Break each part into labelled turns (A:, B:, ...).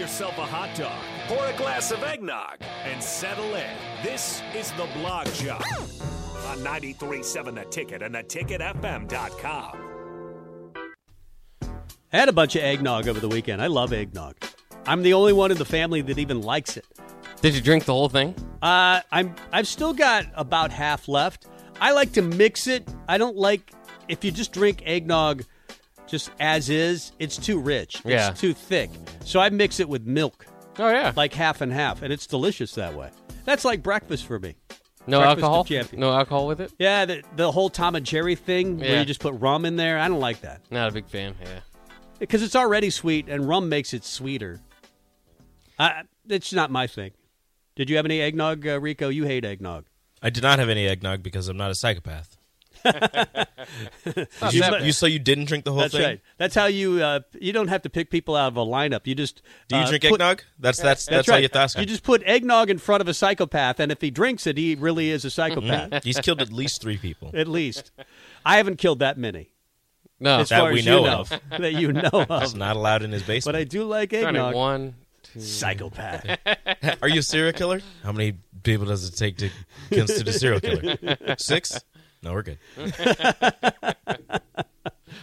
A: yourself a hot dog, pour a glass of eggnog, and settle in. This is the Blog Job on 93.7 The Ticket and theticketfm.com.
B: I had a bunch of eggnog over the weekend. I love eggnog. I'm the only one in the family that even likes it.
C: Did you drink the whole thing?
B: Uh, I'm I've still got about half left. I like to mix it. I don't like if you just drink eggnog just as is, it's too rich.
C: Yeah.
B: It's too thick. So I mix it with milk,
C: Oh yeah.
B: like half and half, and it's delicious that way. That's like breakfast for me.
C: no
B: breakfast
C: alcohol.
B: of champions.
C: No alcohol with it.
B: Yeah, the, the whole Tom and Jerry thing where
C: Yeah.
B: you just put rum in there. I don't like that
C: Not a big fan. Yeah.
B: because it's already sweet, and rum makes it sweeter. I, it's not my thing. Did you have any eggnog, uh, Rico? You hate eggnog.
D: I did not have any eggnog because I'm not a psychopath.
C: Not
D: You,
C: that bad.
D: you so you didn't drink the whole
B: That's
D: thing.
B: right. That's how you. Uh, you don't have to pick people out of a lineup. You just.
D: Do you
B: uh,
D: drink
B: put-
D: eggnog? That's that's that's,
B: right.
D: all you have to ask.
B: You
D: him.
B: just put eggnog in front of a psychopath, and if he drinks it, he really is a psychopath.
D: He's killed at least three people.
B: At least, I haven't killed that many.
C: no.
B: As
D: That
B: far
D: we
B: as
D: know
B: you know,
D: of.
B: that you know
D: That's
B: of.
D: not allowed in his
B: But I
D: basement.
B: do like
C: Trying to-
B: eggnog.
C: one, two.
B: Psychopath.
D: Are you a serial killer? How many people does it take to consider a serial killer? Six? No, we're good.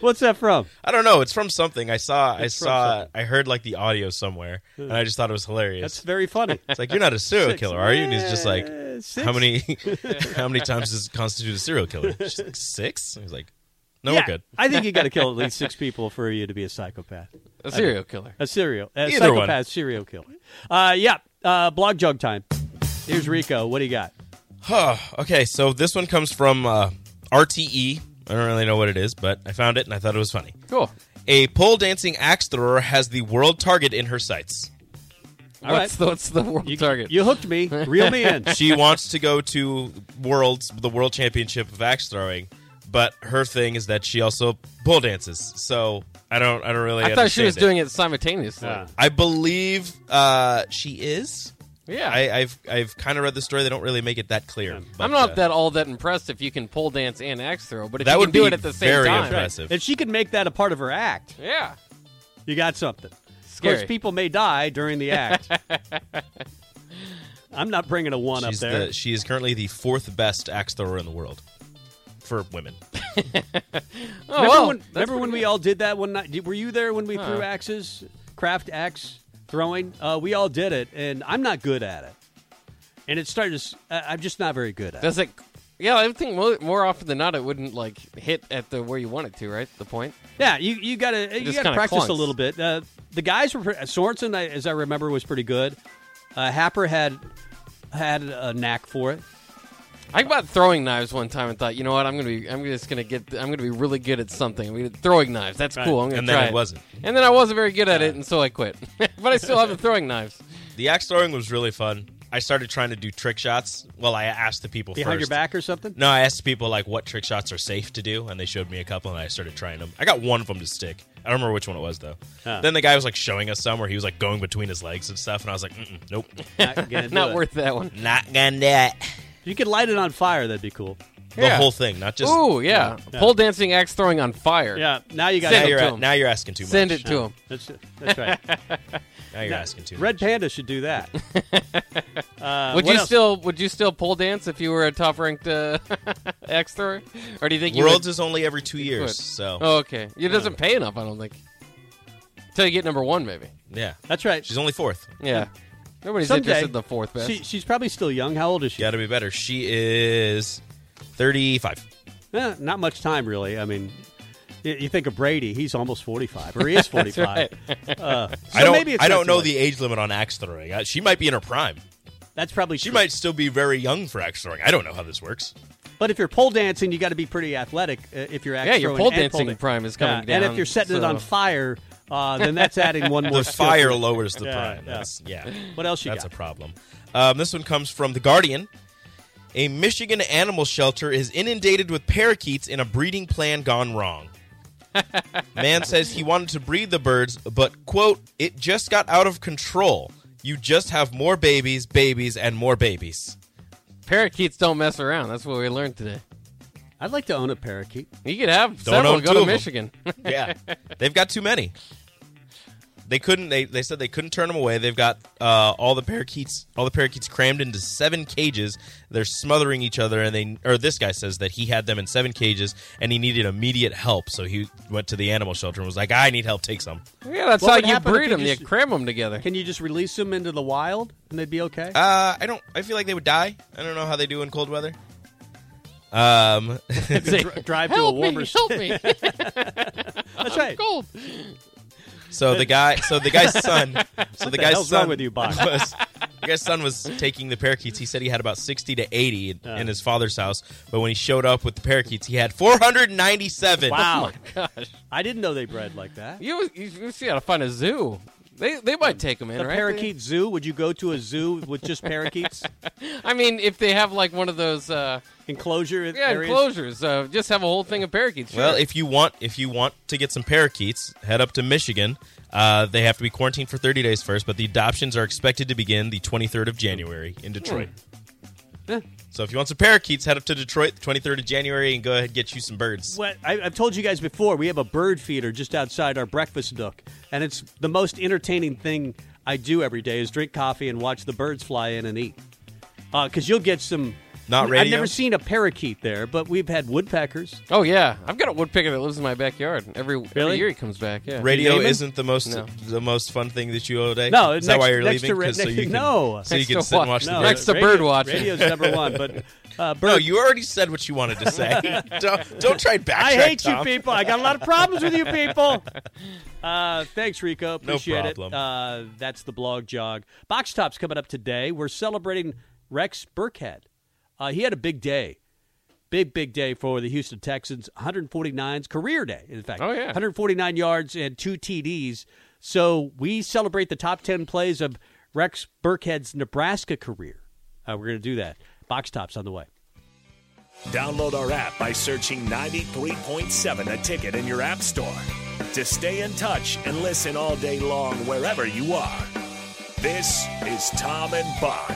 B: What's that from?
D: I don't know. It's from something. I saw.
B: It's from
D: I saw.
B: something.
D: I heard like the audio somewhere, and I just thought it was hilarious.
B: That's very funny.
D: it's like you're not a serial
B: Six.
D: killer, are you? And he's just like,
B: Eh, six.
D: how many? how many times does it constitute a serial killer? She's like six. And he's like, no,
B: yeah,
D: we're good.
B: I think you got to kill at least six people for you to be a psychopath.
C: A serial killer.
B: A serial, a
D: Either
B: psychopath
D: one.
B: serial killer. Uh, yeah, uh, blog jug time. Here's Rico. What do you got?
D: Huh. Okay, so this one comes from uh, RTE. I don't really know what it is, but I found it and I thought it was funny.
C: Cool.
D: A pole dancing axe thrower has the world target in her sights.
B: All right.
C: what's the what's the world
B: You,
C: target?
B: you hooked me. Reel me in.
D: She wants to go to worlds, the world championship of axe throwing, but her thing is that she also pole dances. So I don't, I don't really.
C: I thought she was
D: understand it. Ah,
C: doing it simultaneously.
B: Yeah.
D: I believe uh, she is.
C: yeah.
D: I, I've, I've kind of read the story. They don't really make it that clear.
C: I'm
D: but,
C: not
D: uh,
C: that all that impressed if you can pole dance and axe throw, but if
D: That
C: you
D: would
C: can do
D: be
C: it at the same
D: very
C: time,
D: impressive.
B: If she could make that a part of her act,
C: yeah,
B: you got something. Of course,
C: scary.
B: people may die during the act. I'm not bringing a one
D: She's
B: up there.
D: the, she is currently the fourth best axe thrower in the world for women.
C: oh,
B: remember
C: well,
B: when,
C: that's
B: remember when
C: pretty
B: we
C: good.
B: all did that one night? Did, were you there when we threw
C: Huh.
B: axes, craft axe throwing? Uh, we all did it, and I'm not good at it. And it started. To, s- I- I'm just not very good at it.
C: does it? Yeah, I would think more, more often than not it wouldn't like hit at the where you want it to, right? The point.
B: Yeah, you you gotta you
C: just
B: gotta
C: kinda
B: practice a
C: clunks.
B: little bit. Uh, the guys were pre- Sorensen, I- as I remember, was pretty good. Uh, Happer had had a knack for it.
C: I bought throwing knives one time and thought, you know what, I'm gonna be, I'm just gonna get, I'm gonna be really good at something. I'm gonna, throwing knives, that's cool. I'm gonna
D: And
C: try
D: then it wasn't.
C: And then I wasn't very good at it, and so I quit. but I still have the throwing knives.
D: The axe throwing was really fun. I started trying to do trick shots. Well, I asked the people
B: behind your
D: first.
B: back or something.
D: No, I asked people like what trick shots are safe to do, and they showed me a couple, and I started trying them. I got one of them to stick. I don't remember which one it was though.
B: Huh.
D: Then the guy was like showing us some where he was like going between his legs and stuff, and I was like, Mm-mm, nope,
B: Not, gonna do
C: Not
B: it.
C: worth that one.
D: not gonna do it.
B: You could light it on fire. That'd be cool.
D: The
C: Yeah.
D: whole thing, not just.
C: Ooh, yeah. pole dancing, axe throwing on fire.
B: Yeah. Now you got
D: Now
C: Send
D: you're,
C: it to
D: a-
C: him.
D: now you're asking too
C: Send
D: much.
C: it to him.
B: That's that's right.
D: Now you're asking too
B: Red
D: much.
B: Panda should do that. Uh, what
C: Would you
B: else?
C: still would you still pole dance if you were a top ranked uh, axe thrower, or do you think you
D: Worlds
C: would-
D: is only every two
C: Good.
D: years, so
C: Oh, okay. It doesn't pay enough, I don't think. Till you get number one, maybe.
D: Yeah.
B: That's right.
D: She's only fourth.
C: Yeah. Nobody's
B: Someday.
C: interested in the fourth best.
B: She, she's probably still young. How old is she?
D: Got to be better. She is 35.
B: Eh, not much time, really. I mean, y- you think of Brady; he's almost forty-five, or he is forty-five. uh, so
D: I don't.
B: maybe it's
D: I
B: not
D: don't
B: too
D: know
B: late.
D: the age limit on axe throwing. Uh, She might be in her prime.
B: That's probably
D: She
B: true.
D: might still be very young for axe throwing. I don't know how this works.
B: But if you're pole dancing, you got to be pretty athletic. Uh, if you're axe
C: Yeah, your
B: throwing
C: pole
B: and
C: dancing
B: dan-
C: prime is coming
B: Yeah, And
C: down,
B: if you're setting it
C: so-
B: on fire, uh, then that's adding one more.
D: The
B: skill.
D: fire lowers the
B: Yeah,
D: prime.
B: yeah.
D: That's- Yeah.
B: What else you
D: That's
B: got?
D: a problem. Um, this one comes from The Guardian. A Michigan animal shelter is inundated with parakeets in a breeding plan gone wrong. Man says he wanted to breed the birds, but, quote, it just got out of control. You just have more babies, babies, and more babies.
C: Parakeets don't mess around. That's what we learned today.
B: I'd like to own a parakeet.
C: You could have
D: Don't
C: several
D: own
C: go
D: two
C: to
D: of 'em.
C: Michigan.
D: Yeah. They've got too many. They couldn't, they, they said they couldn't turn them away. They've got uh, all the parakeets, all the parakeets crammed into seven cages. They're smothering each other, and they, or this guy says that he had them in seven cages and he needed immediate help. So he went to the animal shelter and was like, I need help, take some.
C: yeah, that's
B: What would
C: how you
B: happen if
C: breed
B: you
C: them. You
B: just-
C: cram them together.
B: Can you just release them into the wild and they'd be okay?
D: Uh, I don't, I feel like they would die. I don't know how they do in cold weather. Um,
C: Say,
B: dri- drive to a
C: help
B: warmer
C: me, help me.
B: That's right.
C: Cold.
D: So the guy, so the guy's son, so the guy's
B: hell's
D: son
B: wrong with you, Bob?
D: was the guy's son was taking the parakeets. He said he had about sixty to eighty in,
B: Uh.
D: in his father's house, but when he showed up with the parakeets, he had four hundred ninety-seven.
B: Wow.
C: Gosh.
B: I didn't know they bred like that.
C: You, you, you see how to find a zoo. They, they might take them in,
B: The
C: right?
B: parakeet zoo? Would you go to a zoo with just parakeets
C: I mean, if they have like one of those uh,
B: enclosure
C: yeah,
B: areas?
C: enclosures, uh, just have a whole thing of parakeets. Sure.
D: Well, if you want, if you want to get some parakeets, head up to Michigan. Uh, they have to be quarantined for thirty days first, but the adoptions are expected to begin the twenty-third of January in Detroit.
B: Yeah.
D: So if you want some parakeets, head up to Detroit the twenty-third of January and go ahead and get you some birds.
B: What I, I've told you guys before, we have a bird feeder just outside our breakfast nook, and it's the most entertaining thing I do every day is drink coffee and watch the birds fly in and eat. Because you'll get some.
D: Not
B: I've
D: radio?
B: never seen a parakeet there, but we've had woodpeckers.
C: oh yeah, I've got a woodpecker that lives in my backyard. Every,
B: Really?
C: every year he comes back. Yeah.
D: Radio
B: Naaman?
D: isn't the most
C: No.
D: the most fun thing that you owe today.
B: No,
D: is that
B: next-
D: why you're
B: next
D: leaving?
B: to Ra-
D: 'Cause so
B: next-
D: you can,
B: no.
D: so you
C: Next
D: can
C: to
D: sit and
C: what?
D: watch
C: No.
D: the
C: Next
D: birds.
C: to
B: radio-
C: bird watching.
B: Radio's number one, but uh, bird.
D: No, you already said what you wanted to say. don't don't try and backtrack.
B: I hate
D: Tom.
B: you people. I got a lot of problems with you people. Uh, thanks, Rico. Appreciate
D: problem.
B: it. Uh, that's the blog jog. Box Top's coming up today. We're celebrating Rex Burkhead. Uh, he had a big day. Big, big day for the Houston Texans. 149's career day, in fact.
C: Oh, yeah.
B: 149 yards and two TDs. So we celebrate the top 10 plays of Rex Burkhead's Nebraska career. Uh, we're going to do that. Box Top's on the way.
A: Download our app by searching 93.7 a ticket in your app store to stay in touch and listen all day long wherever you are. This is Tom and Bach.